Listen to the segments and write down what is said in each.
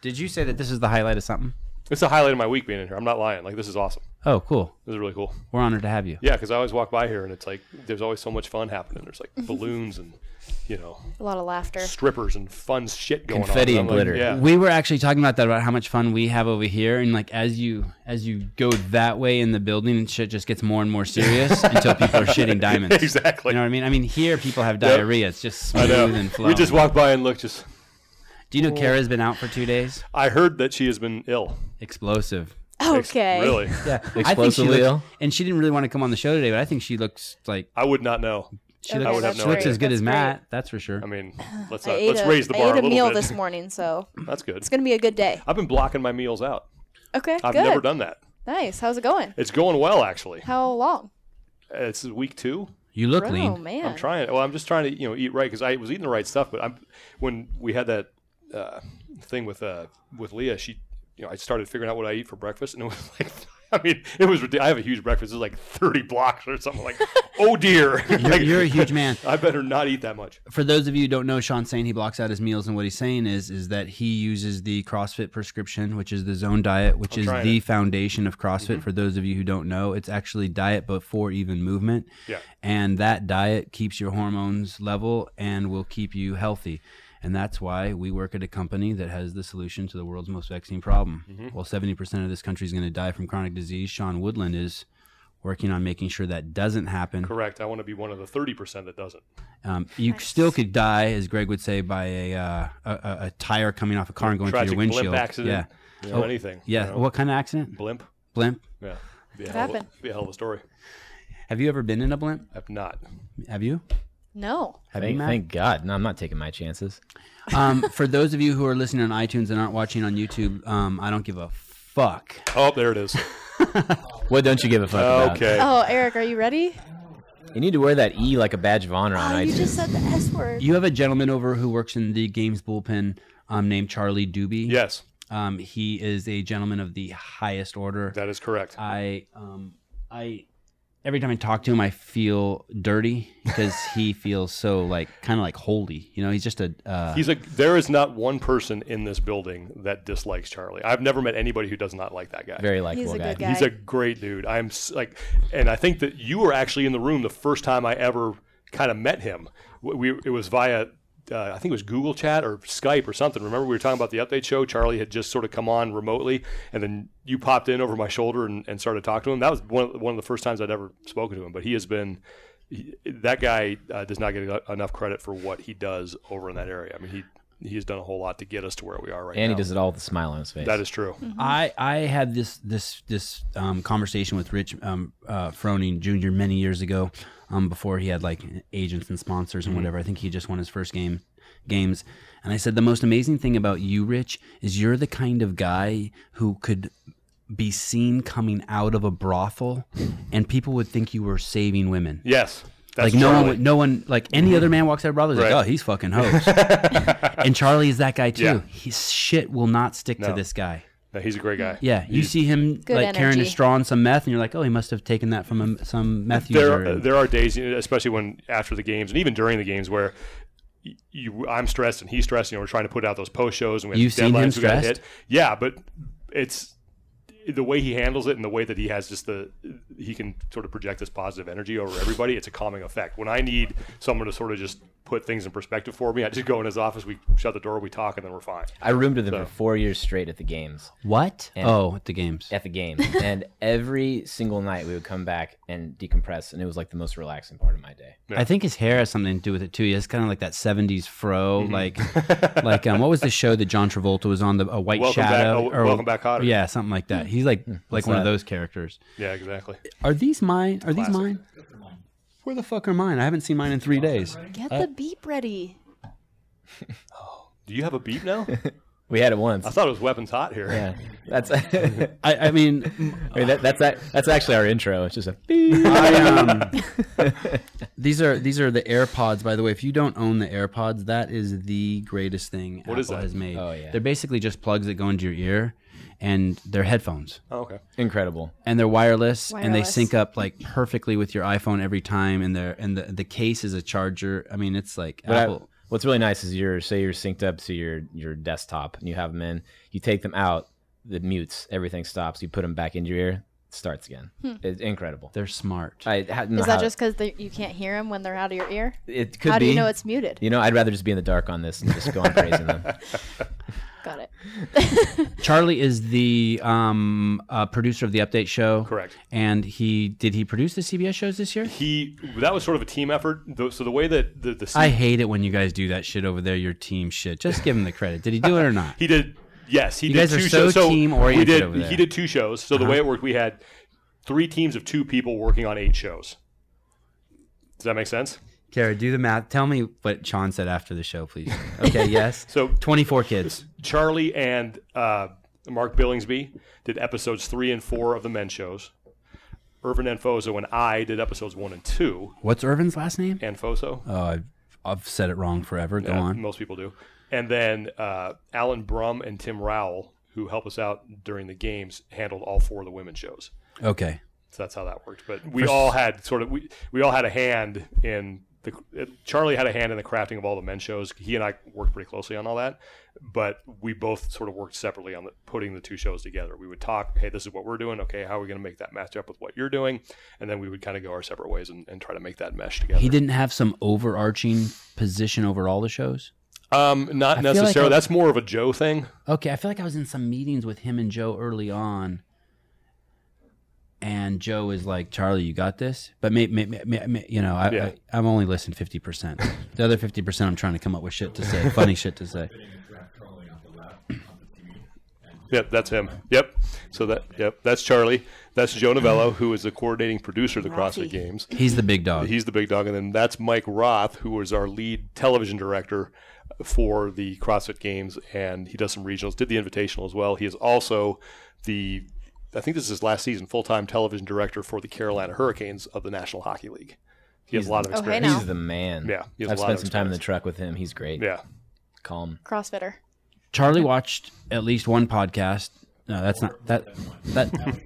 Did you say that this is the highlight of something? It's the highlight of my week being in here. I'm not lying. Like this is awesome. Oh, cool. This is really cool. We're honored to have you. Yeah, because I always walk by here and it's like there's always so much fun happening. There's like balloons and you know A lot of laughter. strippers and fun shit going confetti on. and I'm like, glitter. yeah. We were actually talking about that about how much fun we have over here, and like as you as you go that way in the building, and shit just gets more and more serious until people are shitting diamonds. exactly. You know what I mean? I mean, here people have diarrhea. It's just I smooth know. and flowing. We just walked by and looked. Just Do you know Kara's been out for two days? I heard that she has been ill. Explosive. Ex- Okay. Really. Yeah, Explosively ill? And she didn't really want to come on the show today, but I think she looks like I would not know. she Okay, looks, I would have she no looks idea. as good That's as great. Matt. That's for sure. I mean, let's I not, ate let's a- raise the I bar ate a, little meal bit. this morning, so That's good. it's gonna be a good day. I've been blocking my meals out. Okay, I've good. never done that. Nice. How's it going? It's going well actually. How long? It's week two. you look Oh lean. man. I'm trying. Well, I'm just trying to you know eat right because I was eating the right stuff. But I'm when we had that uh, thing with uh, with Leah, she you know I started figuring out what I eat for breakfast, and it was like. I mean, it was. ridic- I have a huge breakfast. It was like thirty blocks or something. Like, oh dear, You're, Like, you're a huge man. I better not eat that much. for those of you who don't know, Sean's saying he blocks out his meals, and what he's saying is is that he uses the CrossFit prescription, which is the Zone Diet, which is trying the it. Mm-hmm. foundation of CrossFit. For those of you who don't know, it's actually diet before even movement. Yeah. And that diet keeps your hormones level and will keep you healthy. And that's why we work at a company that has the solution to the world's most vexing problem. Mm-hmm. While 70% of this country is going to die from chronic disease, Sean Woodland is working on making sure that doesn't happen. Correct. I want to be one of the thirty percent that doesn't. Um, you still could die, as Greg would say, by a uh, a, a a tire coming off a car and going through Tragic your blimp windshield. accident. Yeah, You know, Oh, anything. yeah. you know? What kind of accident? Blimp. Blimp. Yeah. Be a Could hell of a- happen. Be a hell of a story. Have you ever been in a blimp? I've not. Have you? No. Have you, Thank, Matt? thank God. No, I'm not taking my chances. Um, for those of you who are listening on iTunes and aren't watching on YouTube, um, I don't give a fuck. Oh, there it is. What don't you give a fuck about? okay. Oh, Eric, are you ready? You need to wear that E like a badge of honor on Oh, iTunes. you just said the S word. You have a gentleman over who works in the games bullpen um, named Charlie Doobie. Yes, Um, he is a gentleman of the highest order. that is correct. I um I every time I talk to him I feel dirty because he feels so like kind of like holy. You know, he's just a uh, He's like, there is not one person in this building that dislikes Charlie. I've never met anybody who does not like that guy. Very likable He's a guy. good guy. He's a great dude. I'm s- like, and I think that you were actually in the room the first time I ever kind of met him. W- We it was via. Uh, I think it was Google Chat or Skype or something. Remember, we were talking about the update show. Charlie had just sort of come on remotely, and then you popped in over my shoulder and, and started talking to him. That was one of, one of the first times I'd ever spoken to him. But he has been he, that guy uh, does not get e- enough credit for what he does over in that area. I mean, he he has done a whole lot to get us to where we are right And now. he does it all with a smile on his face. that is true. I I had this this this um, conversation with Rich um, uh, Froning Jr. many years ago, um, before he had like agents and sponsors and whatever. I think he just won his first game games, and I said the most amazing thing about you, Rich, is you're the kind of guy who could be seen coming out of a brothel, and people would think you were saving women. Yes, like that's no one, Charlie. would, no one, like any other man walks out of brothers, Right. like oh he's fucking hoes, and Charlie is that guy too. Yeah. His shit will not stick to No. this guy. No, he's a great guy. Yeah, you see him Good like carrying a energy. straw and some meth, and you're like, oh, he must have taken that from a, some meth user. there are, uh, there are days, you know, especially when after the games and even during the games, where y- you I'm stressed and he's stressed. You know, we're trying to put out those post shows and we have You've deadlines seen him we gotta stressed? hit. Yeah, but it's the way he handles it and the way that he has just the he can sort of project this positive energy over everybody. It's a calming effect. When I need someone to sort of just put things in perspective for me, I just go in his office, we shut the door, we talk, and then we're fine. I roomed with him for four years straight at the games. what? oh, at the games. At the games. and every single night we would come back and decompress. And it was like the most relaxing part of my day. I think his hair has something to do with it too. He has kind of like that '70s fro, Mm-hmm. like, like um, what was the show that John Travolta was on? The a White Welcome Back- Shadow oh, Welcome Back Hotter. Hmm. Yeah, something like that. He's like like one of those characters. Yeah, exactly. Are these mine? Are these mine? Where the fuck are mine? I haven't seen mine in three days. Get the beep ready. Do you have a beep now? We had it I once. thought it was weapons hot here. Yeah. That's I I, I mean, mean, that, that's that, that's actually our intro. It's just a beep. I, um, these are these are the AirPods. By the way, if you don't own the AirPods, that is the greatest thing Apple is that? has made. Oh, yeah. they're basically just plugs that go into your ear, and they're headphones, Oh, okay. incredible. and they're wireless, and they Wireless. sync up like perfectly with your iPhone every time. And they're and the the case is a charger. I mean, it's like But I- Apple. What's really nice is your say you're synced up to your your desktop and you have them in. You take them out, the mutes, everything stops. You put them back into your ear, it starts again. It's incredible. They're smart. I hadn't Hmm. Is that just because you can't hear them when they're out of your ear? it could How be. do you know it's muted? You know, I'd rather just be in the dark on this and just go on praising them. Got it. Charlie is the um, uh, producer of the update show. Correct. And he did he produce the CBS shows this year? He that was sort of a team effort. Though- So the way that the, the I hate it when you guys do that shit over there. Your team shit. Just give him the credit. Did he do it or not? He did. Yes, he You did guys are two so shows. So team-oriented we did. over there. Uh-huh. He did two shows. So the way it worked, we had three teams of two people working on eight shows. Does that make sense? Kara, do the math. Tell me what Sean said after the show, please. Okay. yes. So- twenty-four kids. Charlie and uh, Mark Billingsby did episodes three and four of the men shows. Irvin Enfoso and I did episodes one and two. What's Irvin's last name? Enfoso, Oh, I've, I've said it wrong forever. Go uh, on. most people do, and then uh, Alan Brum and Tim Rowell, who help us out during the games, handled all four of the women's shows. Okay. So that's how that worked. But we all had sort of we, we all had a hand in the it, Charlie had a hand in the crafting of all the men's shows. He and I worked pretty closely on all that, but we both sort of worked separately on the, putting the two shows together. We would talk, hey, this is what we're doing. Okay, how are we going to make that match up with what you're doing? And then we would kind of go our separate ways and, and try to make that mesh together. He didn't have some overarching position over all the shows. um, not feel like necessarily. I- that's more of a Joe thing. Okay, I feel like I was in some meetings with him and Joe early on, and Joe is like, "Charlie, you got this." But may, may, may, may- may- you know, I, Yeah. I, I'm only listening fifty percent. The other fifty percent, I'm trying to come up with shit to say, funny shit to say. Yep, that's him. Yep. So that yep, that's Charlie. That's Joe Novello, who is the coordinating producer of the Rocky. CrossFit Games. He's the big dog. He's the big dog, and then that's Mike Roth, who is our lead television director for the CrossFit Games, and he does some regionals, did the Invitational as well. He is also the, I think this is his last season, full time television director for the Carolina Hurricanes of the National Hockey League. He has a lot of Oh, hey experience. now. He's the man. Yeah, he has a I've lot spent of some time in the experience. truck with him. He's great. yeah, Calm. Crossfitter. Charlie watched at least one podcast. No, that's not that. That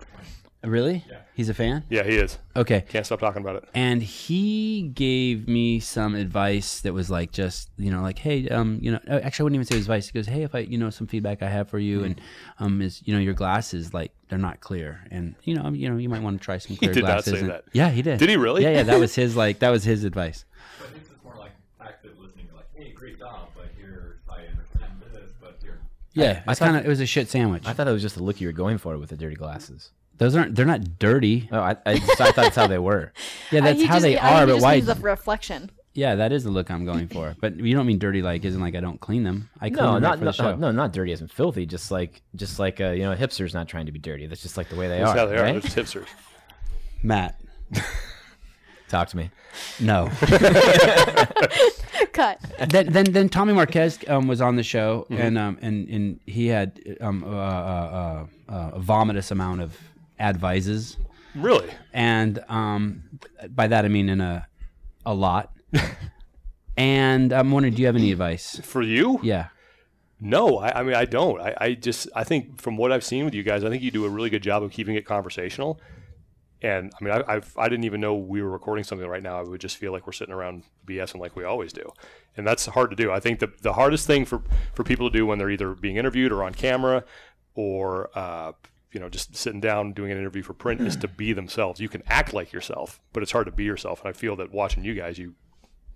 really? He's a fan. yeah, he is. Okay. Can't stop talking about it. and he gave me some advice that was like just you know like hey um you know uh, actually I wouldn't even say it was advice he goes hey if I you know some feedback I have for you and um is you know your glasses like they're not clear and you know you know you might want to try some clear did not glasses say and- that. yeah he did Did he really? yeah yeah that was his like that was his advice I think it's more like active listening, like, hey, great job, but here, I understand this, but here. yeah I, kind of it was a shit sandwich I thought that was just the look you were going for with the dirty glasses. those aren't they're not dirty Oh, I, I, just, I thought that's how they were. yeah that's Uh, he how just- they I think are he but just why means the reflection. yeah that is the look I'm going for but you don't mean dirty like isn't like I don't clean them I clean No, them not right for the no, show. no, not dirty as in filthy. Just like just like uh, you know, a hipster's not trying to be dirty. That's just like the way they That's are. how they are. They're right? just hipsters. Matt Talk to me. no. Cut. then, then, then Tommy Marquez um, was on the show, Mm-hmm. and um, and and he had um, uh, uh, uh, uh, a vomitous amount of advices, Really? and um, by that I mean in a a lot. and I'm wondering, do you have any advice? For you? Yeah, No, I, I mean I don't. I, I just I think from what I've seen with you guys, I think you do a really good job of keeping it conversational. And I mean, I, I've I didn't even know we were recording something right now. I would just feel like we're sitting around BSing like we always do, and that's hard to do. I think the the hardest thing for for people to do when they're either being interviewed or on camera, or uh, you know just sitting down doing an interview for print is to be themselves. You can act like yourself, but it's hard to be yourself. And I feel that watching you guys, you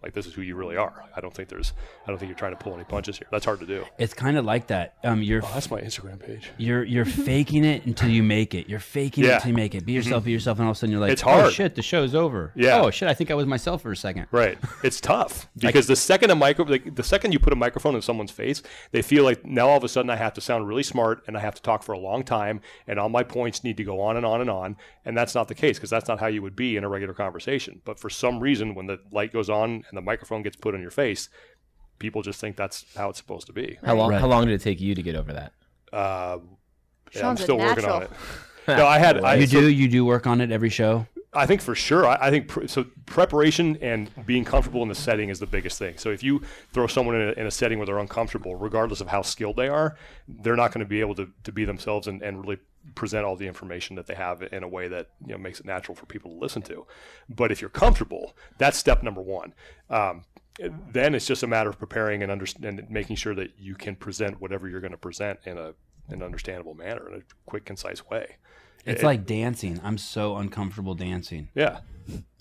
like this is who you really are. I don't think there's I don't think you're trying to pull any punches here. That's hard to do. it's kind of like that. Um, you're Oh, that's my Instagram page. you're you're faking it until you make it. You're faking it Mm-hmm. Yeah. Mm-hmm. until you make it. Be yourself, be yourself, and all of a sudden you're like, It's hard. Oh shit, the show's over. Yeah. Oh shit, I think I was myself for a second. Right. It's tough because the second a micro, like, the second you put a microphone in someone's face, they feel like now all of a sudden I have to sound really smart and I have to talk for a long time and all my points need to go on and on and on. And that's not the case because that's not how you would be in a regular conversation. But for some reason, when the light goes on and the microphone gets put on your face, people just think that's how it's supposed to be. How long? Right. How long did it take you to get over that? Uh, yeah, I'm Sean's a still working on it. natural. No, I had. I, you so- do you do work on it every show. I think for sure. I, I think pr- so. Preparation and being comfortable in the setting is the biggest thing. So if you throw someone in a, in a setting where they're uncomfortable, regardless of how skilled they are, they're not going to be able to, to be themselves and, and really present all the information that they have in a way that you know makes it natural for people to listen to. But if you're comfortable, that's step number one. Um, then it's just a matter of preparing and understand and making sure that you can present whatever you're going to present in a an understandable manner in a quick, concise way. It's It- like dancing. I'm so uncomfortable dancing. Yeah,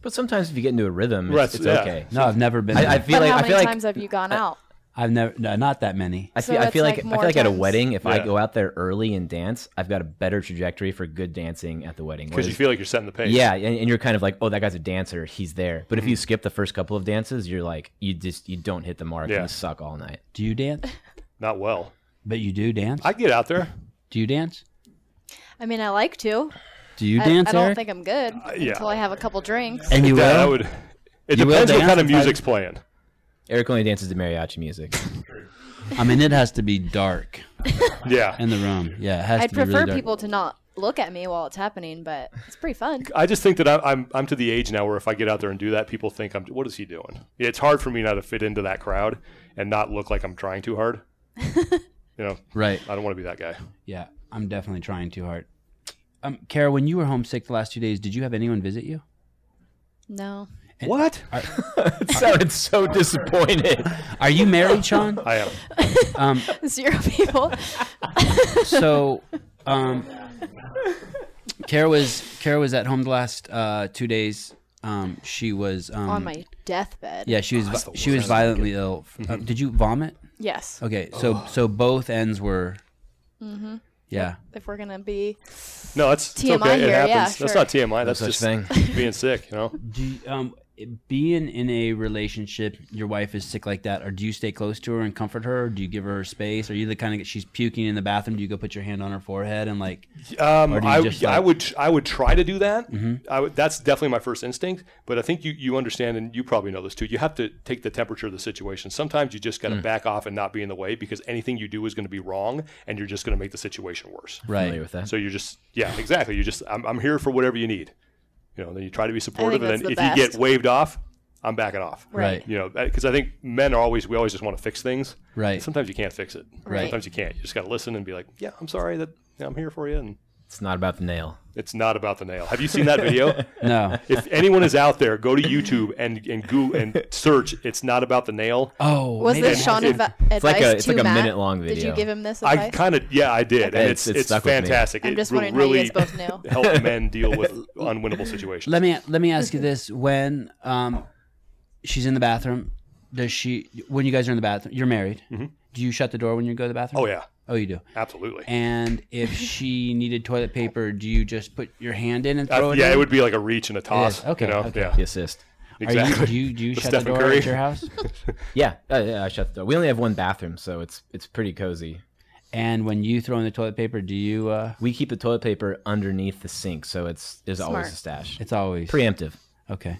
But sometimes if you get into a rhythm, Right, it's, it's yeah. okay. No, I've never been. I, I I, feel but like how I many feel like times have you gone out? have never. No, not that many. I So feel, I it's feel like like, I more feel like at a times. wedding, if Yeah. I go out there early and dance, I've got a better trajectory for good dancing at the wedding. because you Mm-hmm. Whereas- feel like you're setting the pace. yeah, and, and you're kind of like, oh, that guy's a dancer, he's there. But if you skip the first couple of dances, you're like, you just you don't hit the mark. Yeah. and You suck all night. Do you dance? not well. But you do dance. I get out there. do you dance? I mean, I like to. Do you I, dance, I don't Eric? think I'm good Uh, yeah. until I have a couple drinks. and you Yeah, I will. would. It You will depends what dance kind of if I- music's playing. Eric only dances to mariachi music. I mean, it has to be dark Yeah, in the room. Yeah, it has I'd to be really prefer dark. people to not look at me while it's happening, but it's pretty fun. I just think that I, I'm I'm to the age now where if I get out there and do that, people think I'm. What is he doing? It's hard for me now to fit into that crowd and not look like I'm trying too hard. you know, Right. I don't want to be that guy. Yeah, I'm definitely trying too hard. Um, Kara, when you were homesick the last two days, did you have anyone visit you? No, What? it sounded so disappointed. Are you married, Sean? I am. Um, zero people. so, um, Kara was Kara was at home the last uh, two days. Um, she was um, on my deathbed. yeah. She was vi- she was violently ill. Uh, did you vomit? Yes. Okay, so so both ends were. Mm-hmm. Yeah, If we're gonna be, No, that's it's TMI okay. it here, happens. yeah, That's sure. not TMI. That's such just thing. being sick. You know. do you, um it- being in a relationship your wife is sick like that or do you stay close to her and comfort her or do you give her space are you the kind of she's puking in the bathroom do you go put your hand on her forehead and like Um, Or do you I, just, yeah, I like- Mm-hmm. would I would try to do that. I would, that's definitely my first instinct. But I think you you understand, and you probably know this too. You have to take the temperature of the situation. Sometimes you just got to Mm. back off and not be in the way because anything you do is going to be wrong, and you're just going to make the situation worse. right Familiar with that. So you're just yeah, exactly. You just I'm, I'm here for whatever you need. You know, then you try to be supportive, and that's then if the you best. get waved off, I'm backing off. Right. right. You know, because I think men are always we always just want to fix things. right Sometimes you can't fix it. Right. Sometimes you can't. You just got to listen and be like, yeah, I'm sorry that yeah, I'm here for you and. It's not about the nail. It's not about the nail. Have you seen that video? no if anyone is out there, go to YouTube and and go and search. It's not about the nail. oh Was maybe- this Sean it- advi- advice like a- it's to like a Matt? minute-long Did you video. give him this I advice? kind of yeah, I did, and it's It's- it's it's, stuck with me. fantastic. I'm It just will wondering how you really guys both know. help men deal with unwinnable situations. let me let me ask you this when um she's in the bathroom does she when you guys are in the bathroom you're married do you shut the door when you go to the bathroom Mm-hmm. Oh yeah, oh you do absolutely. and if she needed toilet paper do you just put your hand in and Uh, throw it yeah, in? it would be like a reach and a toss. is. Okay, you know? okay. Yeah, The assist. Are you- exactly. do you, do you shut Stephen the door Curry. at your house Yeah, uh, yeah, I shut the door. We only have one bathroom, so it's it's pretty cozy. And when you throw in the toilet paper, do you? Uh, We keep the toilet paper underneath the sink, so it's there's always a stash. it's always Preemptive. okay.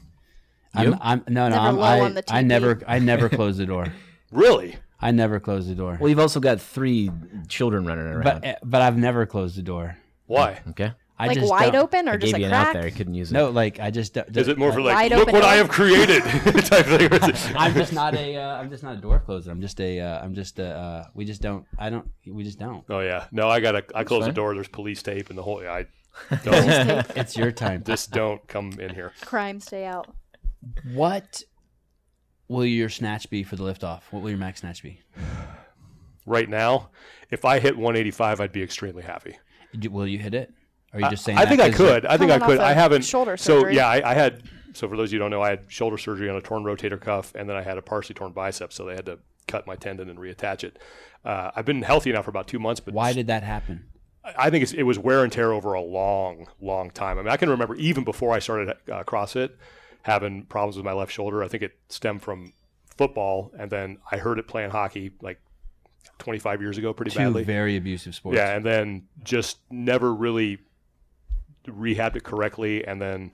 You? I'm, I'm no no. Never I'm, low on I, the I TV. never I never close the door. Really? I never close the door. Well, you've also got three children running around. But eh, but I've never closed the door. Why? eh, okay, I like just wide don't- open or I just gave a you an crack? out there. I couldn't use it. No, like I just don't- Is it more for like Wide look open what I door? have created type thing? or is it- I'm just not a uh, I'm just not a door closer. I'm just a uh, I'm just a uh, we just don't I don't we just don't. Oh yeah. No, I gotta. I close the fine. door. There's police tape and the whole. I don't. It's your time. just don't come in here. Crime, stay out. what will your snatch be for the liftoff? What will your max snatch be? right now, if I hit 185, I'd be extremely happy. Do- Will you hit it? Are you just saying? I that think I 'cause you're- could. I think I Coming could. off I of haven't shoulder So surgery. yeah, I, I had. So for those of you who don't know, I had shoulder surgery on a torn rotator cuff, and then I had a partially torn bicep. So they had to cut my tendon and reattach it. Uh, I've been healthy now for about two months, but Why did that happen? I think it's, it was wear and tear over a long, long time. I mean, I can remember even before I started uh, CrossFit having problems with my left shoulder. I think it stemmed from football, and then I heard it playing hockey like 25 years ago, pretty Two badly. very abusive sports. Yeah, and then just never really rehabbed it correctly, and then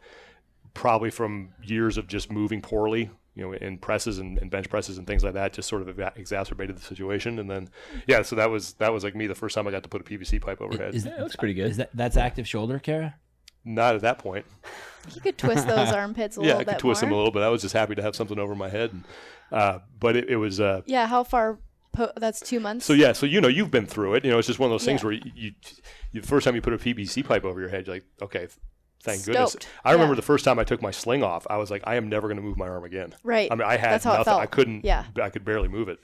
probably from years of just moving poorly, you know, in presses and, and bench presses and things like that, just sort of exa- exacerbated the situation. And then, yeah, so that was that was like me the first time I got to put a PVC pipe overhead. Is, Yeah, it looks pretty good. Is that that's active shoulder, Kara? Not at that point. You could twist those armpits a yeah, little I bit could twist more. them a little bit. I was just happy to have something over my head. Uh, but it, it was uh, Yeah, how far? Po- that's two months. So yeah, so you know you've been through it. You know it's just one of those things Yeah. where you, you, you the first time you put a PVC pipe over your head, you're like, okay, Thank goodness. Stoked. I remember Yeah. the first time I took my sling off, I was like, I am never going to move my arm again. Right. I mean, I had That's how it nothing. felt. I couldn't. Yeah. I could barely move it.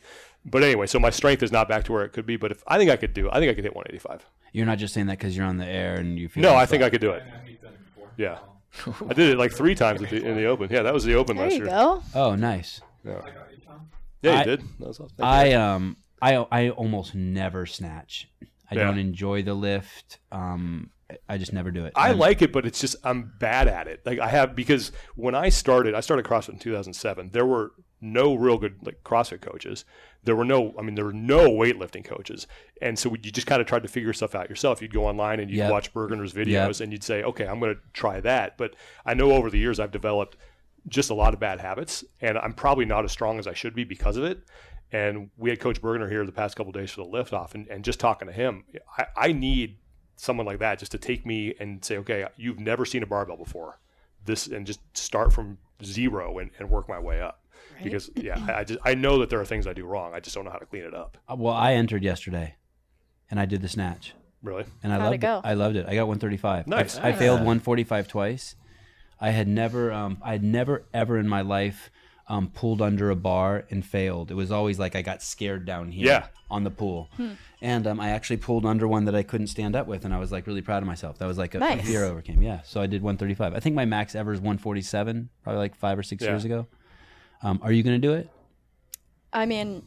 But anyway, so my strength is not back to where it could be. But if I think I could do, I think I could hit 185. You're not just saying that because you're on the air and you feel. No, I like think that. I could do it. Yeah. Oh. I did it like three times at the, in the open. Yeah, that was the open There last you year. go. Oh, nice. Yeah, you I- did. That was awesome. Thank you. I um I I almost never snatch. I Yeah. don't enjoy the lift. Um, I just never do it. I I'm- like it, but it's just I'm bad at it. Like I have because when I started, I started CrossFit in 2007. There were no real good like CrossFit coaches. There were no, I mean, there were no weightlifting coaches, and so you just kind of tried to figure stuff out yourself. You'd go online and you'd Yep. watch Bergener's videos, and you'd say, "Okay, I'm going to try that." But I know over the years I've developed just a lot of bad habits, and I'm probably not as strong as I should be because of it. And we had Coach Bergener here the past couple days for the lift off, and, and just talking to him, I, I need someone like that just to take me and say, okay, you've never seen a barbell before, this, and just start from zero and, and work my way up. Because yeah, I, I just I know that there are things I do wrong. I just don't know how to clean it up. Well, I entered yesterday, and I did the snatch, Really, and I How'd loved it go? I loved it. I got 135. Nice. I, I failed 145 twice. I had never um I had never ever in my life um pulled under a bar and failed. It was always like I got scared down here Yeah. on the pool, Hmm. and um I actually pulled under one that I couldn't stand up with, and I was like really proud of myself. That was like a, a Nice. fear I overcame. Yeah, so I did 135. I think my max ever is 147, probably like five or six Yeah. years ago. Um, are you gonna do it? I mean,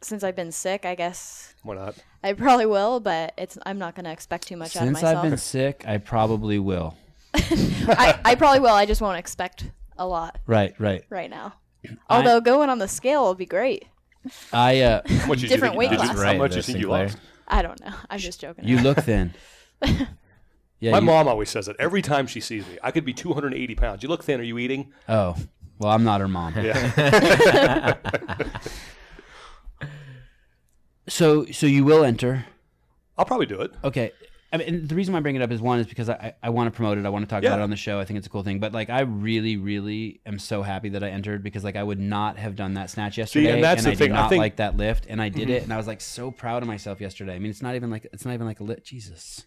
since I've been sick, I guess why not? I probably will, but it's I'm not gonna expect too much out of Since myself. I've been sick, I probably will. I, I probably will. I just won't expect a lot Right, right. right now. Although going on the scale will be great. I uh, How much you Different think, weight did you- class. How Right, much you the think you Sinclair. lost? I don't know. I'm just joking. you look thin. Yeah, My you- mom always says that every time she sees me. I could be 280 pounds. You look thin. Are you eating? Oh, well, I'm not her mom. Yeah. So, so you will enter. I'll probably do it. Okay. I mean, and the reason why I bring it up is one is because I, I, I want to promote it. I want to talk Yeah. about it on the show. I think it's a cool thing. But like, I really, really am so happy that I entered because like I would not have done that snatch yesterday, that's the I thing. did I not think- Mm-hmm. like that lift, and I did it, and I was like so proud of myself yesterday. I mean, it's not even like it's not even like a lift. Jesus,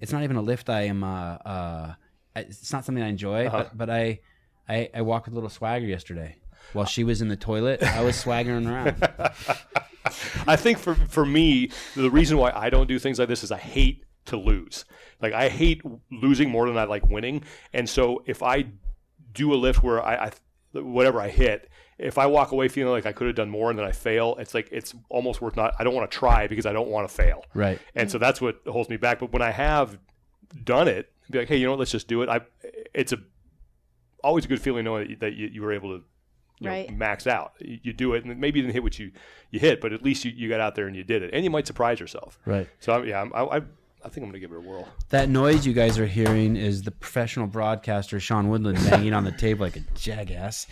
it's not even a lift. I am. Uh, uh, I- it's not something I enjoy, Uh-huh. but, but I, I, I walked with a little swagger yesterday. While she was in the toilet, I was swaggering around. I think for for me, the reason why I don't do things like this is I hate to lose. Like I hate losing more than I like winning. And so if I do a lift where I, I whatever I hit, if I walk away feeling like I could have done more and then I fail, it's like it's almost worth not. I don't want to try because I don't want to fail. Right. And so that's what holds me back. But when I have done it, be like, hey, you know what? Let's just do it. I it's a always a good feeling knowing that you, that you, you were able to you know, Right. max out. You, you do it, and maybe you didn't hit what you, you hit, but at least you, you got out there and you did it. And you might surprise yourself. Right. So I'm, yeah, I'm, I, I I think I'm gonna give it a whirl. That noise you guys are hearing is the professional broadcaster Sean Woodland banging on the table like a jackass.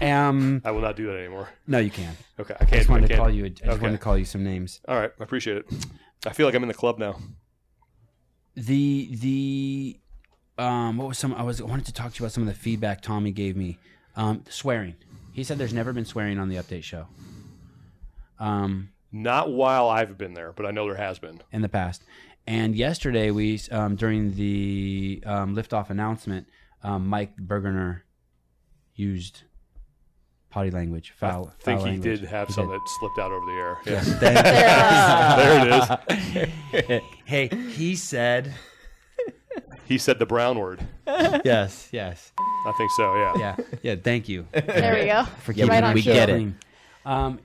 Um, I will not do that anymore. no, you can. Okay, I can't. I just wanted I to can't. call you. I just Okay. wanted to call you some names. All right, I appreciate it. I feel like I'm in the club now. The the um, what was some? I was I wanted to talk to you about some of the feedback Tommy gave me. Um, swearing. He said there's never been swearing on the update show. Um, Not while I've been there, but I know there has been. in the past. And yesterday, we um, during the um, liftoff announcement, um, Mike Bergener used potty language, foul. I think foul he language. did have He some did. that slipped out over the air. Yeah. There, uh, there it is. Hey, he said He said the brown word. yes, yes, I think so. Yeah. yeah, yeah. Thank you uh, there we go. for Yeah, keeping we- our we show get it. clean. Um,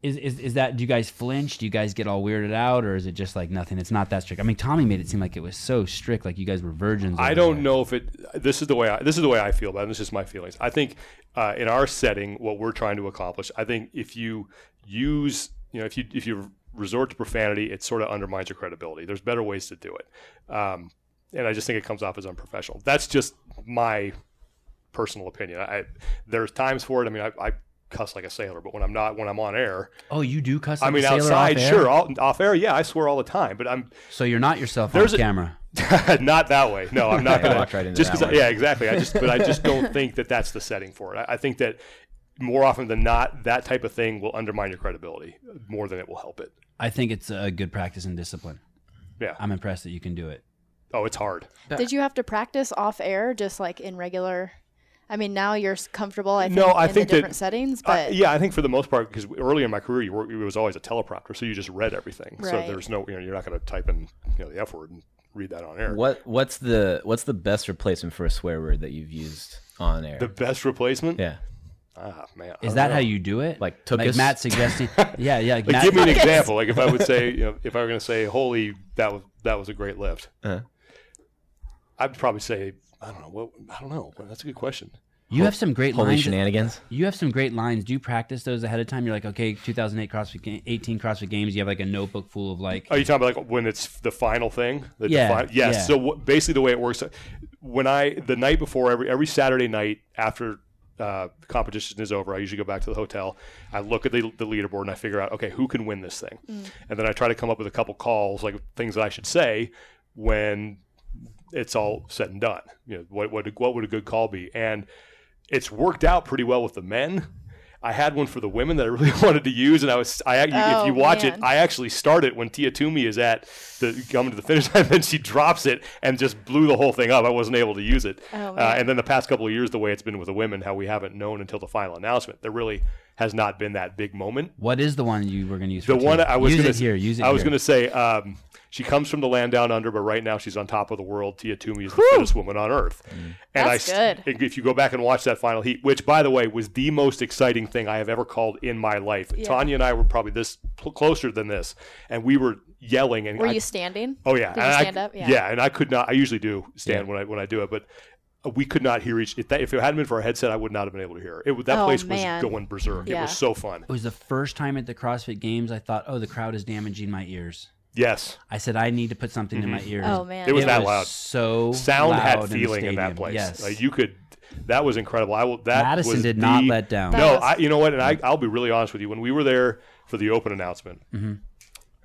is, is is that? Do you guys flinch? Do you guys get all weirded out, or is it just like nothing? It's not that strict. I mean, Tommy made it seem like it was so strict, like you guys were virgins. I over don't there. know if it. This is the way. I, this is the way I feel about it. This is my feelings. I think uh, in our setting, what we're trying to accomplish. I think if you use, you know, if you if you resort to profanity, it sort of undermines your credibility. There's better ways to do it, um, and I just think it comes off as unprofessional. That's just my personal opinion. I there's times for it. I mean, I. I cuss like a sailor but when i'm not when i'm on air Oh, you do cuss. like i a mean sailor outside off air? sure all, off air yeah i swear all the time but i'm So you're not yourself There's a- on camera. not that way. No, I'm not Yeah, gonna walked right into just that 'cause I- one. yeah, exactly. I just but I just don't think that that's the setting for it. I, I think that more often than not, that type of thing will undermine your credibility more than it will help it. I think it's a good practice and discipline. Yeah. I'm impressed that you can do it. oh, it's hard. Did you have to practice off air, just like in regular? I mean, now you're s- comfortable. I think, No, I in think that- the different settings, I- but yeah, I think for the most part, because early in my career, you were, it was always a teleprompter, so you just read everything. So Right. there's no, you know, you're not going to type in you know, the F word and read that on air. What what's the what's the best replacement for a swear word that you've used on air? The best replacement? yeah, Ah, man. I Is don't that know. how you do it? Like, took like us- Matt suggesting. yeah, yeah. Like Like, Matt, give me an example. Like if I would say, you know, if I were going to say, "Holy, that was that was a great lift," Uh-huh. I'd probably say, "I don't know." What I don't know. Well, that's a good question. you have some great holy lines. shenanigans. You have some great lines. Do you practice those ahead of time? You're like, okay, 2008 CrossFit, ga- 18 CrossFit Games. You have like a notebook full of like. Are you talking about like when it's the final thing? The Yeah, defi- yes. yeah. So what, basically, the way it works, when I the night before every every Saturday night after uh, the competition is over, I usually go back to the hotel. I look at the, the leaderboard and I figure out okay who can win this thing, Mm. and then I try to come up with a couple calls like things that I should say when it's all said and done. You know what what what would a good call be? And it's worked out pretty well with the men. I had one for the women that I really wanted to use, and I was I ac- Oh, if you watch it, man. I actually start it when Tia Toomey is at the coming to the finish line, then she drops it and just blew the whole thing up. I wasn't able to use it. Oh, uh, man. and then the past couple of years, the way it's been with the women, how we haven't known until the final announcement, there really has not been that big moment. What is the one you were going to use? The for one today? I was use gonna it here. Use it. I was here. gonna say um, she comes from the land down under, but right now she's on top of the world. Tia Toomey is the fittest woman on earth, Mm. and That's I s- good. If you go back and watch that final heat, which by the way was the most exciting thing I have ever called in my life, Yeah. Tanya and I were probably this pl- closer than this, and we were yelling and were I- you standing? Oh yeah, Did you and I- stand up? Yeah. and I could not. I usually do stand when I when I do it, but uh, we could not hear each. If, that, if it hadn't been for our headset, I would not have been able to hear. It, It- that Oh, place man. was going berserk. It Yeah. was so fun. It was the first time at the CrossFit Games I thought, oh, the crowd is damaging my ears. Yes, I said, I need to put something in my ears. Oh man, It was that loud. So sound loud had in the feeling in, that stadium. place. Yes, Like, you could. That was incredible. I will. That Madison was did not the- let down. Mm-hmm. That No, was- I. You know what? And I, I'll be really honest with you. When we were there for the open announcement, Mm-hmm.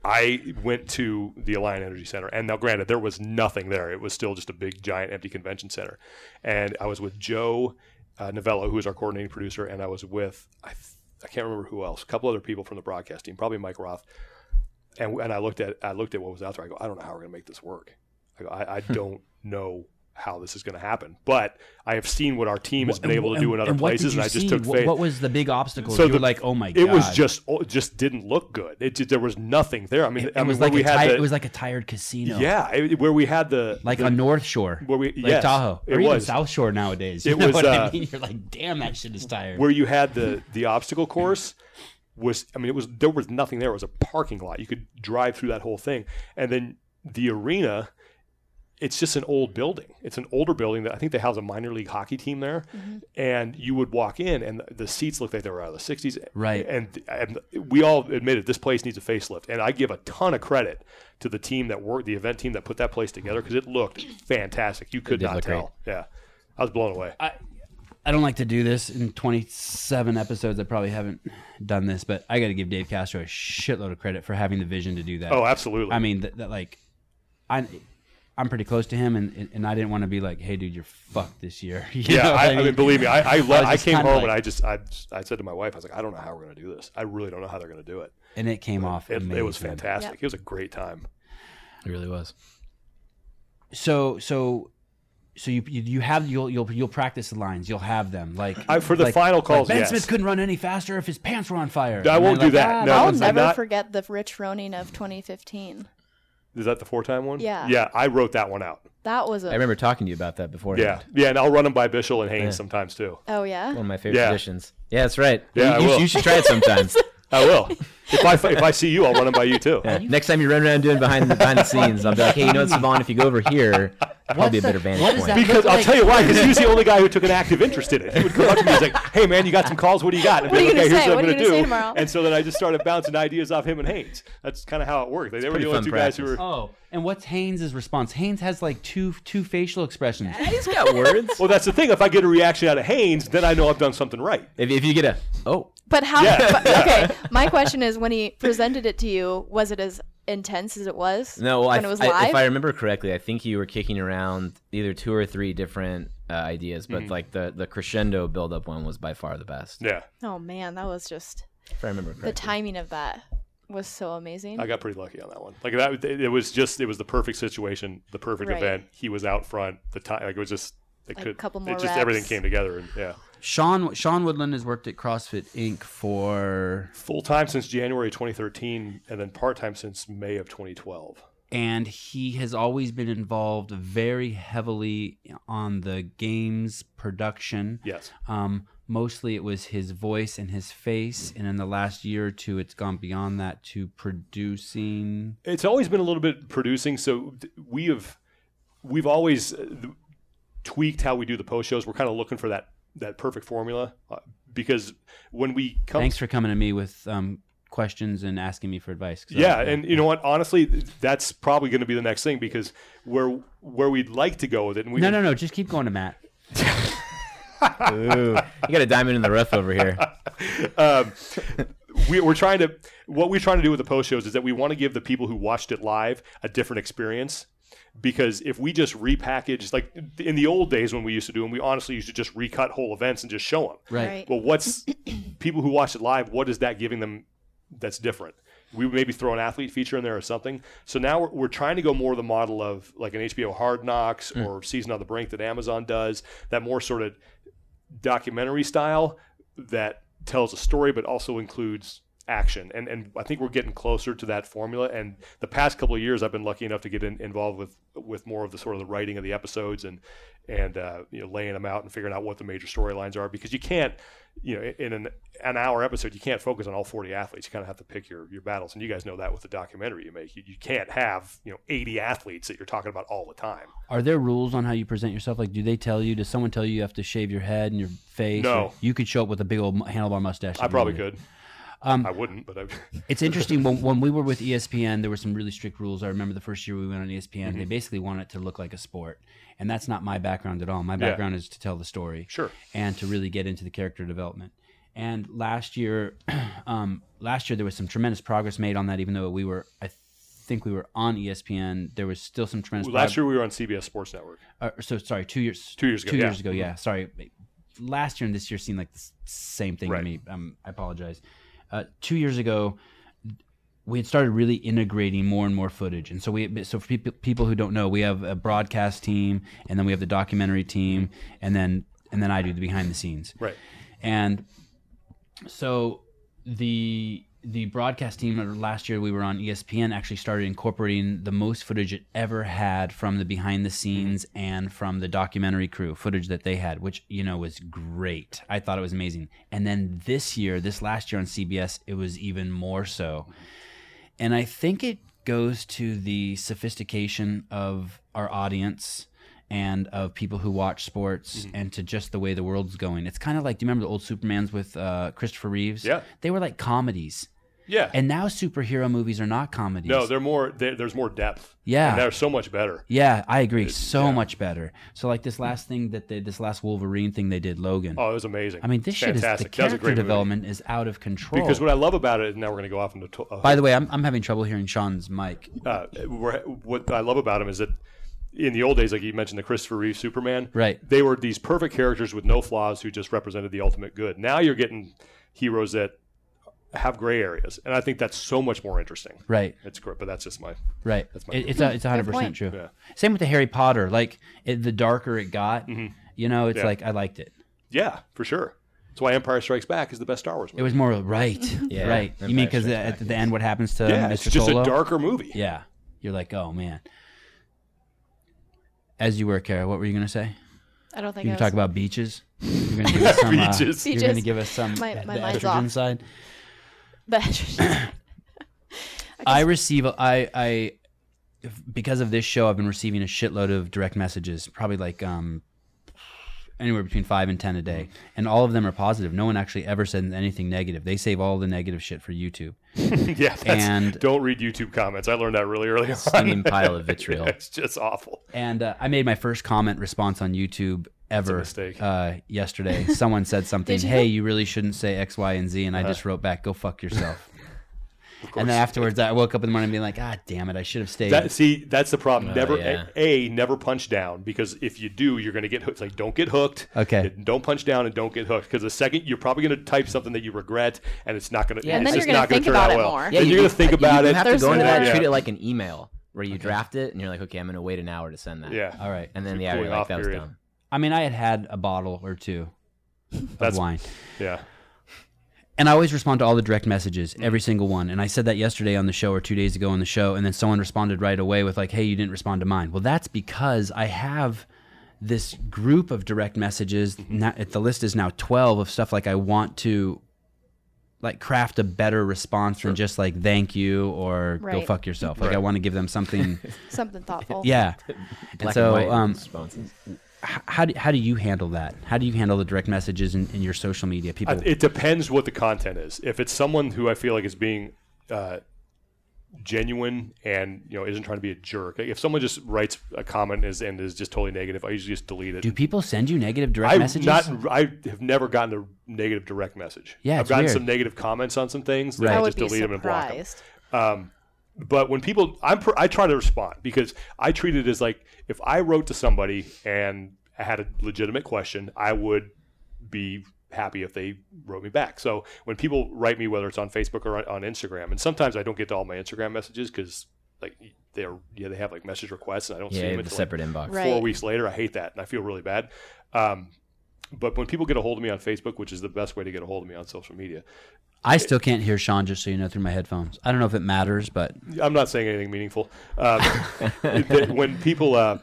I went to the Alliant Energy Center, and now, granted, there was nothing there. It was still just a big, giant, empty convention center. And I was with Joe uh, Novello, who is our coordinating producer, and I was with I, th- I can't remember who else, a couple other people from the broadcast team, probably Mike Roth. And and I looked at I looked at what was out there. I go, I don't know how we're gonna make this work. I go, I, I Hmm. don't know how this is gonna happen, but I have seen what our team has been And- able to and- do in other and what did places, you and I just see? took What- faith. What was the big obstacle? So you were the- like, oh my god! It was just oh, it just didn't look good. It just, there was nothing there. I mean, It I mean, was where like we a had ti- the, it was like a tired casino. yeah, it- where we had the Like the- a North Shore, Where we- like yes, Tahoe, it or even was. South Shore nowadays. You It know was, what I uh, mean? You're like, damn, that shit is tired. where you had the the obstacle course was I mean it was there was nothing there. It was a parking lot. You could drive through that whole thing, and then the arena. It's just an old building. It's an older building that I think they house a minor league hockey team there, and you would walk in and the, the seats looked like they were out of the '60s. Right. And, and we all admitted this place needs a facelift, and I give a ton of credit to the team that worked, the event team that put that place together because it looked fantastic. You could did not look tell. Yeah, I was blown away. I don't like to do this in 27 episodes. I probably haven't done this, but I got to give Dave Castro a shitload of credit for having the vision to do that. oh, absolutely. I mean, that, that like, I, I'm pretty close to him, and and I didn't want to be like, hey, dude, you're fucked this year. You Yeah, know what I, I mean, believe me, I I, le- was I, just came kinda home and like- I just I, I said to my wife, I was like, I don't know how we're gonna do this. I really don't know how they're gonna do it. and it came off. It, it was amazing. fantastic. It Yeah. was a great time. It really was. So so. So you, you you have you'll you'll you'll practice the lines you'll have them like I- for the like- final calls, Ben yes. Smith couldn't run any faster if his pants were on fire. I And won't then, do like, that. God, No, "Ah, I'll I'm never not- forget the Rich Ronin of 2015. Is that the four time one? Yeah. Yeah, I wrote that one out. That was a I remember talking to you about that before. Yeah, yeah, and I'll run them by Bishel and Haynes sometimes too. oh yeah, one of my favorite Yeah. positions. Yeah, that's right. Yeah, I you, you- will. you should try it sometimes. I will. if I if I see you, I'll run them by you too. Yeah. Next time you run around doing behind the behind the scenes, I'll be like, hey, you know what, Savon, if you go over here, probably a the- better vantage what is point. that? Because I'll tell you why, because he was the only guy who took an active interest in it. He would come up to me and he's like, hey, man, you got some calls? What do you got? And What I'd are be you like, gonna "Okay, say? here's What are you I'm gonna say do." tomorrow? And so then I just started bouncing ideas off him and Haynes. That's kind of how it worked. They, they were the pretty only fun two guys who practice. were. Oh, and what's Haynes' response? Haynes has like two two facial expressions. He's got words. Well, that's the thing. If I get a reaction out of Haynes, then I know I've done something right. if, if you get a, oh, but how? Yeah. but- okay, my question is, when he presented it to you, was it as intense as it was? No, well, I, when it was I- live. if I remember correctly, I think you were kicking around either two or three different uh, ideas, but like the the crescendo build up one was by far the best. Yeah. oh man, that was just If I remember the correctly. timing of that. was so amazing. I got pretty lucky on that one. Like that, it was just it was the perfect situation, the perfect Right. event. He was out front. The time, like it was just it Like, could, couple it more just everything reps. came together, and yeah, Sean Sean Woodland has worked at CrossFit Inc. for full time since January 2013, and then part time since May of 2012. and he has always been involved very heavily on the games production. Yes, Um, mostly it was his voice and his face, and in the last year or two, it's gone beyond that to producing. it's always been a little bit producing. So th- we have we've always uh, th- tweaked how we do the post shows. We're kind of looking for that that perfect formula uh, because when we come Thanks for coming to me with um, questions and asking me for advice. 'cause I- yeah, and you know what? Honestly, th- that's probably going to be the next thing because where where we'd like to go with it, and we no, no, no, just keep going to Matt. Ooh, you got a diamond in the rough over here. um, we, we're trying to what we're trying to do with the post shows is that we want to give the people who watched it live a different experience because if we just repackage like in the old days when we used to do them we honestly used to just recut whole events and just show them Right. Right. well what's people who watch it live what is that giving them that's different we would maybe throw an athlete feature in there or something so now we're, we're trying to go more the model of like an hbo hard knocks or season on the brink that amazon does that more sort of documentary style that tells a story but also includes action and and I think we're getting closer to that formula and the past couple of years I've been lucky enough to get in, involved with with more of the sort of the writing of the episodes and and uh, you know laying them out and figuring out what the major storylines are because you can't you know in an an hour episode you can't focus on all 40 athletes you kind of have to pick your your battles and you guys know that with the documentary you make you, you can't have you know 80 athletes that you're talking about all the time Are there rules on how you present yourself? Like, do they tell you? Does someone tell you you have to shave your head and your face? No. Or You could show up with a big old handlebar mustache. I if you probably wanted. could I wouldn't but I It's interesting when, when we were with E ESPN, there were some really strict rules. I remember the first year we went on E ESPN, Mm-hmm. they basically wanted it to look like a sport, and that's not my background at all. My background is to tell the story, Sure. and to really get into the character development. And last year, um, last year there was some tremendous progress made on that. Even though we were, I think we were on E ESPN, there was still some tremendous. last prog- year we were on CBS Sports Network uh, so sorry, two years, Two years ago, two yeah. Mm-hmm. years ago, yeah. Sorry, last year and this year seemed like the s- same thing Right. to me. Um, I apologize. Uh, two years ago, we had started really integrating more and more footage, and so we so for people people who don't know, we have a broadcast team, and then we have the documentary team, and then and then I do the behind the scenes, right and so the the broadcast team uh, last year we were on ESPN actually started incorporating the most footage it ever had from the behind the scenes and from the documentary crew footage that they had which you know was great I thought it was amazing and then this year this last year on CBS it was even more so and I think it goes to the sophistication of our audience and of people who watch sports Mm-hmm. and to just the way the world's going. It's kind of like, do you remember the old Supermans with uh, Christopher Reeves? Yeah. They were like comedies. yeah And now superhero movies are not comedies. No, they're more. they there's more depth. Yeah. and they're so much better. yeah, I agree. So much better. So like this last thing that they, this last Wolverine thing they did, Logan. Oh, it was amazing. I mean, this shit is the fantastic. that was a character great development is out of Movie. control. Because what I love about it, and now we're going to go off into. To- By the way, I'm, I'm having trouble hearing Sean's mic. uh, we're- what I love about him is that in the old days, like you mentioned, the Christopher Reeve Superman, Right. They were these perfect characters with no flaws who just represented the ultimate good. Now you're getting heroes that have gray areas, and I think that's so much more interesting. Right. It's great, but that's just my. Right. my it, it's a, it's hundred percent point. true. Yeah. Same with the Harry Potter. Like it, the darker it got, you know, it's Mm-hmm. Yeah. like I liked it. Yeah, for sure. That's why Empire Strikes Back is the best Star Wars movie. It was more right, Yeah. right. You mean because Empire at the end, what happens to uh, yeah, Mr. it's just Solo? a darker movie. Yeah, you're like, oh man. As you were, Kara, what were you gonna say? I don't think You I can was, talk about beaches. You're gonna give us some. uh, Beaches. You're gonna Beaches. give us some. My- the my mind's estrogen off. side. but I receive I I if- because of this show I've been receiving a shitload of direct messages, probably like um anywhere between 5 and 10 a day, Mm-hmm. and all of them are positive. No one actually ever said anything negative. They save all the negative shit for YouTube. Yeah, that's, And- don't read YouTube comments. I learned that really early on. Steaming pile of vitriol. it's just awful. And uh, I made my first comment response on YouTube ever mistake. Uh, yesterday. Someone said something, Did you? Uh-huh. "Hey, you really shouldn't say X, Y, and Z," and I just wrote back, "Go fuck yourself." and then afterwards, I woke up in the morning being like, ah, damn it, I should have stayed. That, see, that's the problem. Oh, never yeah. a, a never punch down because if you do, you're going to get hooked. It's like don't get hooked. Okay. And Don't punch down and don't get hooked because the second you're probably going to type something that you regret and it's not going to. Yeah, it's and then just you're gonna not going think to turn about out it well. more. Yeah, you're going to think about you, it. You have to There's go into no that. way. Treat it like an email where you draft it and you're like, okay, I'm gonna wait an hour to send that. yeah. All right. And then It's a yeah, you're cooling like off that was period. dumb. I mean, I had had a bottle or two of That's- wine. Yeah. and I always respond to all the direct messages, every single one. And I said that yesterday on the show or two days ago on the show, and then someone responded right away with like, "Hey, you didn't respond to mine." Well, that's because I have this group of direct messages. Now, the list is now twelve of stuff like I want to like craft a better response than just like thank you or go Right. fuck yourself. Like I want to give them something. Something thoughtful. yeah. and Black so, and white um, responses. h- how do how do you handle that? How do you handle the direct messages in, in your social media? People. I- it depends what the content is. If it's someone who I feel like is being uh, genuine and you know isn't trying to be a jerk, if someone just writes a comment is and is just totally negative, I usually just delete it. do people send you negative direct I messages? not I have never gotten a negative direct message. Yeah, I've it's gotten weird. some negative comments on some things. Right. That I I, I would just be delete them and block them. surprised. But when people, I'm pr- I try to respond because I treat it as like if I wrote to somebody and I had a legitimate question, I would be happy if they wrote me back. So when people write me, whether it's on Facebook or on, on Instagram, and sometimes I don't get to all my Instagram messages because like they're yeah they have like message requests and I don't see Yeah, them the until like, separate inbox. Right. four weeks later. I hate that, and I feel really bad. Um, but when people get a hold of me on Facebook, which is the best way to get a hold of me on social media, I still can't hear Sean, just so you know, through my headphones. I don't know if it matters, but I'm not saying anything meaningful. Um, that when people uh,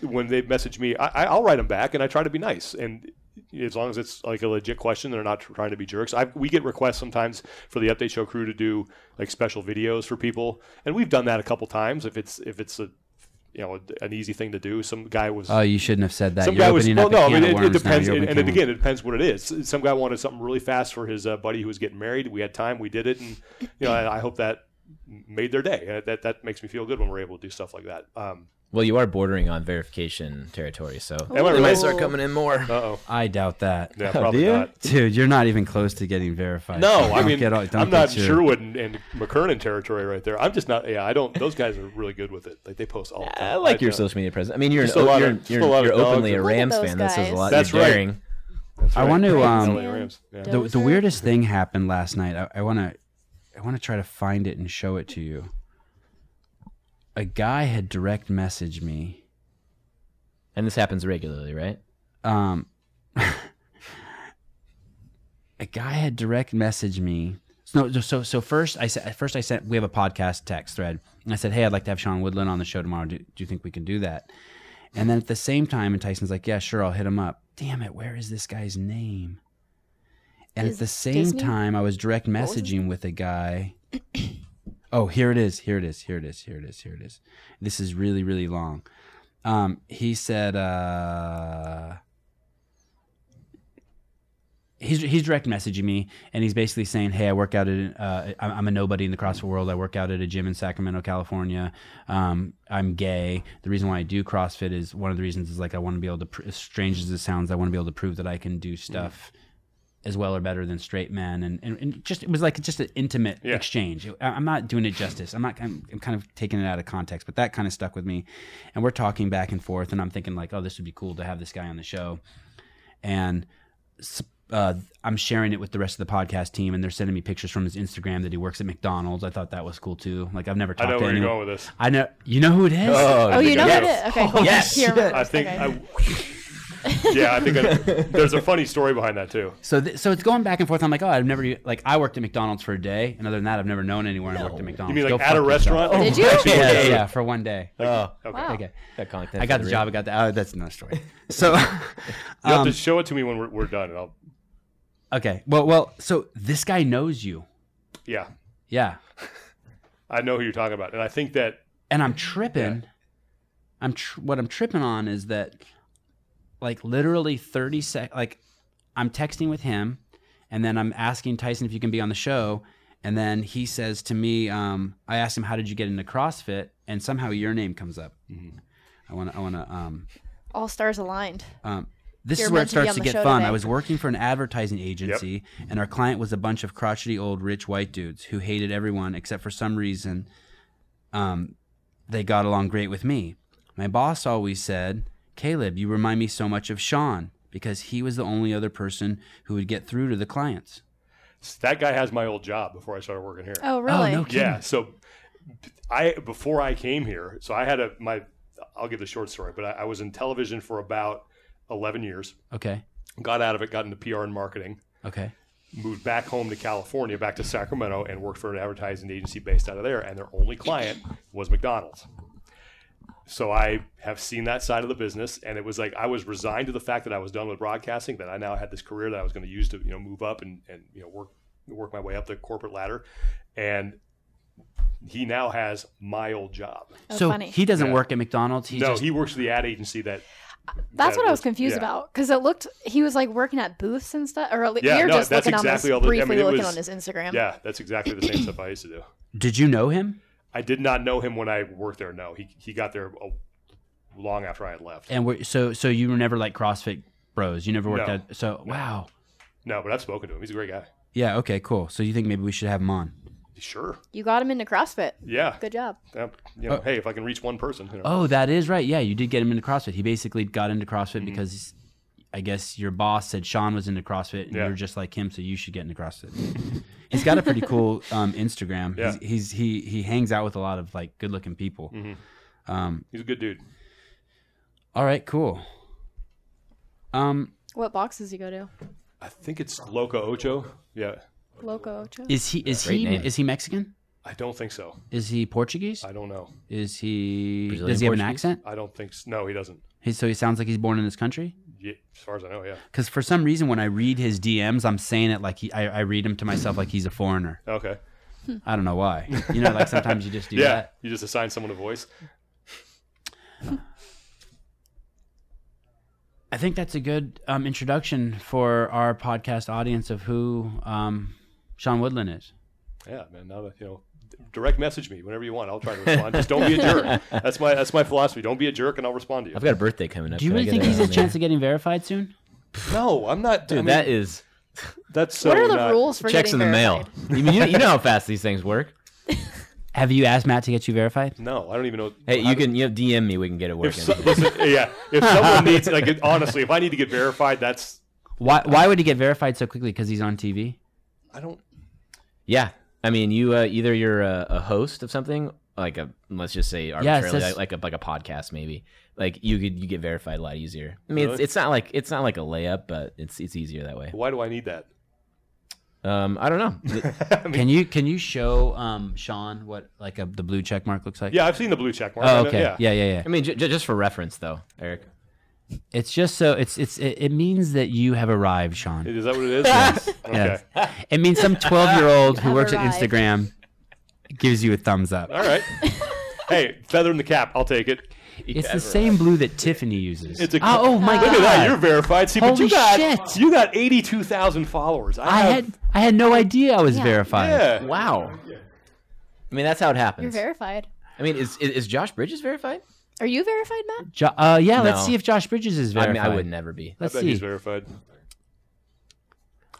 when they message me, I, I'll write them back, and I try to be nice. And as long as it's like a legit question, they're not trying to be jerks. I, we get requests sometimes for the update show crew to do like special videos for people, and we've done that a couple times. If it's if it's a you know an easy thing to do, some guy was oh, you shouldn't have said that. Some You're guy was opening well, up a no. I can mean, of it, it worms now. depends, You're and, and opening a again, it depends what it is. Some guy wanted something really fast for his uh, buddy who was getting married. We had time, we did it, and you know, I, I hope that made their day. Uh, That that makes me feel good when we're able to do stuff like that. Um, Well, you are bordering on verification territory, so am I they might right? start coming in more. Uh oh. can. I doubt that, Yeah, probably not. dude. You're not even close to getting verified. No, I Oh, Don't mean, get all- don't I'm not get your- Sherwood and, and McKernan territory right there. I'm just not. Yeah, I don't. Those guys are really good with it. Like they post all. The I time. like your don't- social media presence. I mean, you're an, Just a lot you're, of- you're, just a lot of you're openly dogs. a Look at Rams those fan. That says a guys. lot. That's you're right. daring. That's I want to. LA Um, Rams. Yeah. the, the weirdest thing happened last night. I want to, I want to try to find it and show it to you. A guy had direct messaged me. And this happens regularly, right? um, a guy had direct messaged me. So, no, so so first I said first I sent we have a podcast text thread and I said hey I'd like to have Sean Woodland on the show tomorrow. Do, do you think we can do that? And then at the same time, and Tyson's like yeah sure I'll hit him up. Damn it, where is this guy's name? And Is at the same Disney? time, I was direct was his messaging with a guy. oh, here it is. Here it is. Here it is. Here it is. Here it is. This is really really long. Um, he said. Uh, he's he's direct messaging me, and he's basically saying, "Hey, I work out at uh, I'm, I'm a nobody in the CrossFit world. I work out at a gym in Sacramento, California. Um, I'm gay. The reason why I do CrossFit is one of the reasons is like I want to be able to. Pr- as strange as it sounds, I want to be able to prove that I can do stuff." As well or better than straight men, and, and, and just it was like just an intimate Yeah. exchange. I- I'm not doing it justice. I'm not. I'm, I'm kind of taking it out of context, but that kind of stuck with me. And we're talking back and forth, and I'm thinking like, oh, this would be cool to have this guy on the show. And s- uh, I'm sharing it with the rest of the podcast team, and they're sending me pictures from his Instagram that he works at McDonald's. I thought that was cool too. Like I've never I talked know to where you're anyone. going with this. I know you know who it is. Oh, you think know I what do. it is? Okay. yes. He remembers. I think. Okay. I, yeah, I think I, there's a funny story behind that too. So th- so it's going back and forth. I'm like, oh, I've never e- like I worked at McDonald's for a day, and other than that, I've never known anyone who worked at You McDonald's. mean Go like at a fuck yourself. restaurant? Oh, Did you? actually, Yeah, yeah. yeah, yeah, for one day. Okay. Wow. okay, That content. I got the job. I got the. Oh, that's another story. So. You have to show it to me when we're, we're done, and I'll. Okay. Well, well. So this guy knows you. Yeah, Yeah. I know who you're talking about, and I think that And I'm tripping. I'm tr- what I'm tripping on is that, like, literally 30 sec. Like, I'm texting with him, and then I'm asking Tyson if you can be on the show, and then he says to me, um, I asked him how did you get into CrossFit, and somehow your name comes up. I want to. I want to. Um, All stars aligned. um, this You're is where meant it to be starts on to the get show fun. today. I was working for an advertising agency, and our client was a bunch of crotchety old rich white dudes who hated everyone except for some reason. Um, they got along great with me. My boss always said, "Caleb, you remind me so much of Sean." Because he was the only other person who would get through to the clients. That guy has my old job before I started working here. Oh, really? no kidding. Yeah. So I before I came here, so I had a my I'll give the short story, but I, I was in television for about eleven years. Okay. Got out of it, got into PR and marketing, Okay. moved back home to California, back to Sacramento, and worked for an advertising agency based out of there. And their only client was McDonald's. So I have seen that side of the business, and it was like I was resigned to the fact that I was done with broadcasting, that I now had this career that I was going to use to you know move up and and you know work work my way up the corporate ladder, and he now has my old job. Oh, so funny. he doesn't Yeah. work at McDonald's. He no, just he works for the ad agency that. That's that what I was works- confused yeah. about because it looked he was like working at booths and stuff, or at least Yeah, we were no, just that's looking exactly all on the- this, I briefly mean, it looking was- on his Instagram. Yeah, that's exactly the same stuff I used to do. did you know him? I did not know him when I worked there. No, he he got there a, long after I had left. And we so so you were never like CrossFit bros. You never worked No. at so wow. no, but I've spoken to him. He's a great guy. Yeah, okay, cool. So you think maybe we should have him on. Sure. you got him into CrossFit. Yeah. Good job. Uh, you know, Oh. hey, if I can reach one person, you know. Oh, that is right. Yeah, you did get him into CrossFit. He basically got into CrossFit Mm-hmm. because I guess your boss said Sean was into CrossFit and Yeah. you're just like him, so you should get into CrossFit. he's got a pretty cool um, Instagram. Yeah. He's, he's he he hangs out with a lot of like good looking people. Mhm. Um, he's a good dude. all right, cool. Um, What boxes you go to? I think it's Loco Ocho. Yeah, Loco Ocho. is he is Great he name. is he Mexican? I don't think so. Is he Portuguese? I don't know. Is he Brazilian does he have an Portuguese? accent? I don't think. So. No, he doesn't. He, so he sounds like he's born in this country. Yeah, as far as I know, yeah. Because for some reason, when I read his DMs, I'm saying it like he, I, I read him to myself like he's a foreigner. Okay. I don't know why. You know, like sometimes you just do yeah, that. you just assign someone a voice. I think that's a good um, introduction for our podcast audience of who um, Sean Woodland is. Yeah, man. Now that you know, d- direct message me whenever you want. I'll try to respond. just don't be a jerk. That's my that's my philosophy. Don't be a jerk, and I'll respond to you. I've got a birthday coming up. Do you Can I really get think he's a on there? chance of getting verified soon? No, I'm not. Dude, I mean, that is that's so what are the not- rules for checks in getting the mail. verified? You, mean, you, you know how fast these things work. Have you asked Matt to get you verified? No, I don't even know. Hey, how you can you know, DM me. We can get it If working. so, listen, yeah, if someone needs, like, it- honestly, if I need to get verified, that's Why Why would he get verified so quickly? Because he's on TV. I don't. yeah, I mean, you uh, either you're a, a host of something like a let's just say arbitrarily says- like, like a like a podcast maybe. Like you could you get verified a lot easier. I mean, it's, Really? it's not like it's not like a layup, but it's it's easier that way. Why do I need that? Um, I don't know. I mean, Can you Can you show um, Sean what like a, the blue check mark looks like? yeah, I've seen the blue check mark. I Oh, know- okay. Yeah. yeah, yeah. yeah. I mean, j- just for reference though, Eric. It's just so it's it's it, it means that you have arrived, Sean. Is that what it is? yes. Okay. Yes. It means some twelve year old who have works arrived. at Instagram gives you a thumbs up. All right. Hey, feather in the cap. I'll take it. It's the same blue that Tiffany uses. It's a- oh, oh my Look god! at that. You're verified. See, but Holy you got shit. you got eighty two thousand followers. I, I have- had I had no idea I was Yeah. verified. Yeah. Wow. I mean, that's how it You're happens. verified. I mean, is, is is Josh Bridges verified? Are you verified, Matt? Jo- uh, yeah. Let's No. see if Josh Bridges is verified. I mean, I would never be. I Let's bet see. he's verified.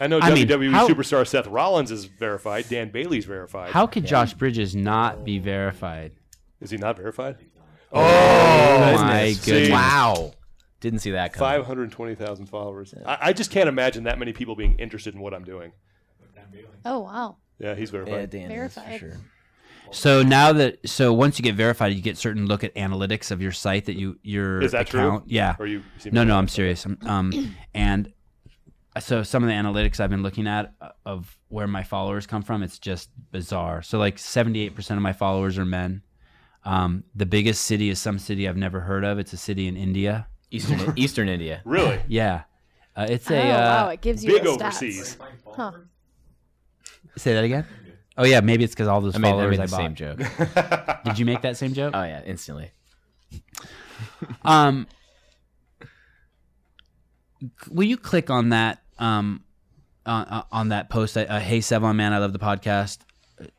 I know I mean, WWE how- superstar Seth Rollins is verified. Dan Bailey's verified. How could Josh Bridges not be verified? is he not verified? Oh my Goodness. goodness! See? Wow. Didn't see that coming. Five hundred twenty thousand followers. I, I just can't imagine that many people being interested in what I'm doing. Oh wow. Yeah, he's verified. Dan is for Verified. sure. So now that so once you get verified, you get certain look at analytics of your site that you your Is that true? account. Yeah. Or you? seem- No, no, I'm serious. I'm, um, and so some of the analytics I've been looking at uh, of where my followers come from, it's just bizarre. So like 78% of my followers are men. Um, the biggest city is some city I've never heard of. It's a city in India. Eastern Eastern India. Really? Yeah. Uh, it's a oh wow, uh, it gives you Big the stats. overseas. Huh. say that again. Oh yeah, maybe it's because all those I made, I followers made I, the same bought. joke. Did you make that same joke? Oh yeah, instantly. Um, c- will you click on that um, on, on- on that post? Uh, uh, hey, Sevon, man, I love the podcast.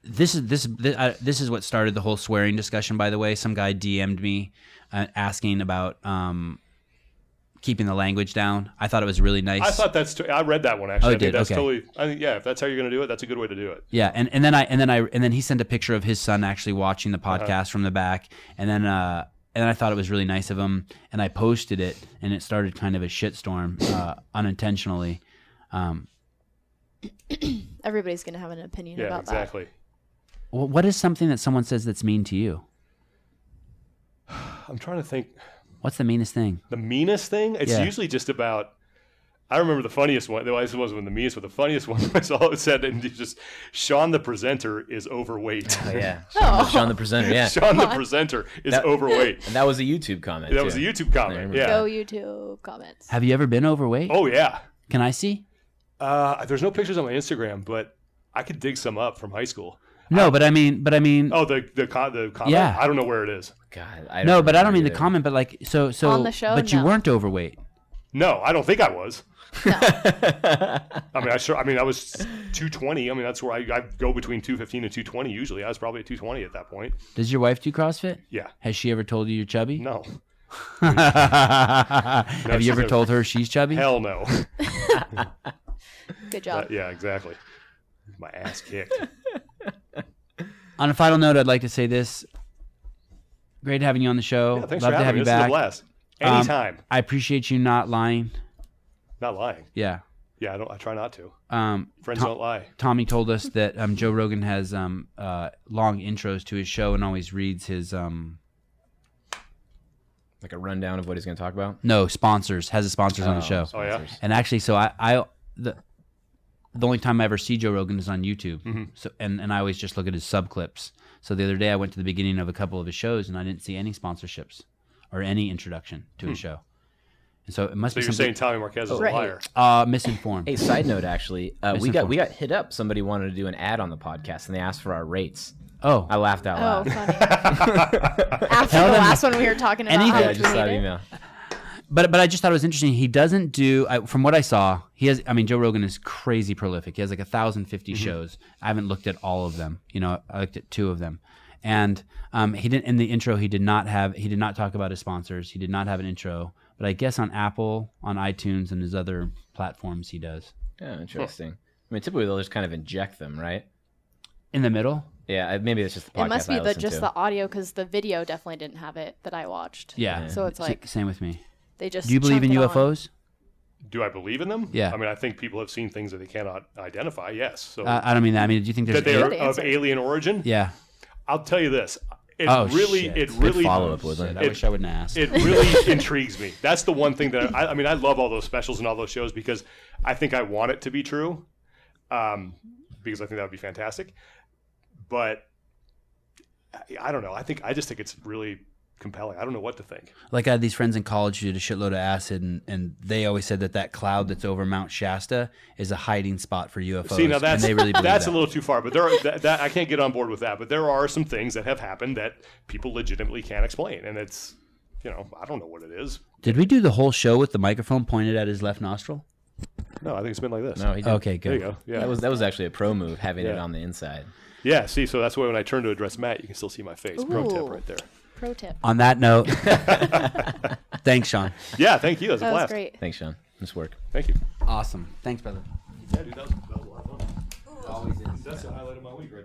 This is this this, I, this is what started the whole swearing discussion. By the way, some guy DM'd me uh, asking about um, keeping the language down. I thought it was really nice. I thought that's. T- I read that one actually. Oh, I you think did? That's Okay. totally. I think yeah. If that's how you're going to do it, that's a good way to do it. Yeah, and, and then I and then I and then he sent a picture of his son actually watching the Uh-huh. podcast from the back, and then uh and then I thought it was really nice of him, and I posted it, and it started kind of a shitstorm uh, unintentionally. Um, Everybody's gonna have an opinion Yeah, about exactly. wh- what is something that someone says that's mean to you? I'm trying to think. What's the meanest thing? The meanest thing? It's Yeah. usually just about. I remember the funniest one. Though this wasn't the meanest, but the funniest one was all it said, and it's just Sean the presenter is overweight. yeah. that. Oh, Sean the presenter. Yeah. Sean the presenter is That- overweight. And that was a YouTube comment. That too. was a YouTube I comment. remember Yeah. go Oh, YouTube comments. Have you ever been overweight? Oh yeah. Can I see? Uh, there's no pictures on my Instagram, but I could dig some up from high school. No, but I mean, but I mean, Oh, the the co- the comment. Yeah. I don't know where it is. God. I no, but I don't mean the remember comment, but like, so so On the show, but you no. weren't overweight. No, I don't think I was. either. I mean, I sure. I mean, I was 220. I mean, that's where I, I go between 215 and 220 usually. I was probably at 220 at that point. Does your wife do CrossFit? Yeah. Has she ever told you you're chubby? No. Have she you ever doesn't. told her she's chubby? Hell no. Good job. But Uh, yeah, exactly. My ass kicked. On a final note, I'd like to say this. Great having you on the show. Yeah, thanks Love to for have having you me. This is a back. blast. Um, Anytime. I appreciate you not lying. not lying. Yeah. Yeah, I don't. I try not to. Um, Friends Tom- don't lie. Tommy told us that um, Joe Rogan has um, uh, long intros to his show and always reads his um, like a rundown of what he's going to talk about. no sponsors has his sponsors on the Oh, show. Oh yeah. sponsors. And actually, so I, I the the only time I ever see Joe Rogan is on YouTube. Mm-hmm. So and and I always just look at his sub clips. So the other day I went to the beginning of a couple of his shows and I didn't see any sponsorships or any introduction to his show. And so it must Hmm. So be you're something saying Tommy Marquez is Right. a liar? uh, misinformed. Hey, side note, actually, uh, we got Misinformed. we got hit up. Somebody wanted to do an ad on the podcast, and they asked for our rates. Oh, I laughed out Oh, funny. loud. After Tell the them- last one, we were talking about Anything. how yeah, I much just we saw that needed. email. but but I just thought it was interesting. He doesn't do I, from what I saw. He has. I mean, Joe Rogan is crazy prolific. He has like a thousand Mm-hmm. shows. I haven't looked at all of them. You know, I looked at two of them, and um, he didn't. In the intro, he did not have. He did not talk about his sponsors. He did not have an intro. But I guess on Apple, on iTunes, and his other platforms, he does. Yeah, interesting. I mean, typically they'll just kind of inject them, right? In the middle, Yeah, I- maybe that's just the podcast. It must I be the listen just to. the audio because the video definitely didn't have it that I watched. yeah. So it's S- like same with me. they just. Do you believe in chunked it on. UFOs? Do I believe in them? Yeah. I mean, I think people have seen things that they cannot identify. Yes. So Uh, I don't mean that. I mean, do you think there's? that they a- are Good of answer. alien origin. yeah. I'll tell you this. It Oh, really, shit. it Good really, follow up with Shit, it. I wish I wouldn't ask. it really intrigues me. That's the one thing that I, I mean. I love all those specials and all those shows because I think I want it to be true, um, because I think that would be fantastic. But I- I don't know. I think I just think it's really compelling. I don't know what to think. like I had these friends in college who did a shitload of acid, and, and they always said that that cloud that's over Mount Shasta is a hiding spot for UFOs. See, now that's and they really believe that's that. a little too far. But there, are, that, that I can't get on board with that. But there are some things that have happened that people legitimately can't explain, and it's you know I don't know what it is. Did we do the whole show with the microphone pointed at his left nostril? No, I think it's been like this. No, he did. Okay, There you good. go. Yeah. That was that was actually a pro move having it Yeah. on the inside. Yeah, see, so that's why when I turn to address Matt, you can still see my face. Pro tip Ooh. right there. Pro tip. On that note, thanks, Sean. Yeah, thank you. That was a That was blast. great. Thanks, Sean. Nice work. Thank you. Awesome. Thanks, brother. Yeah, dude, that was, that was a lot of fun. That's the highlight of my week right there.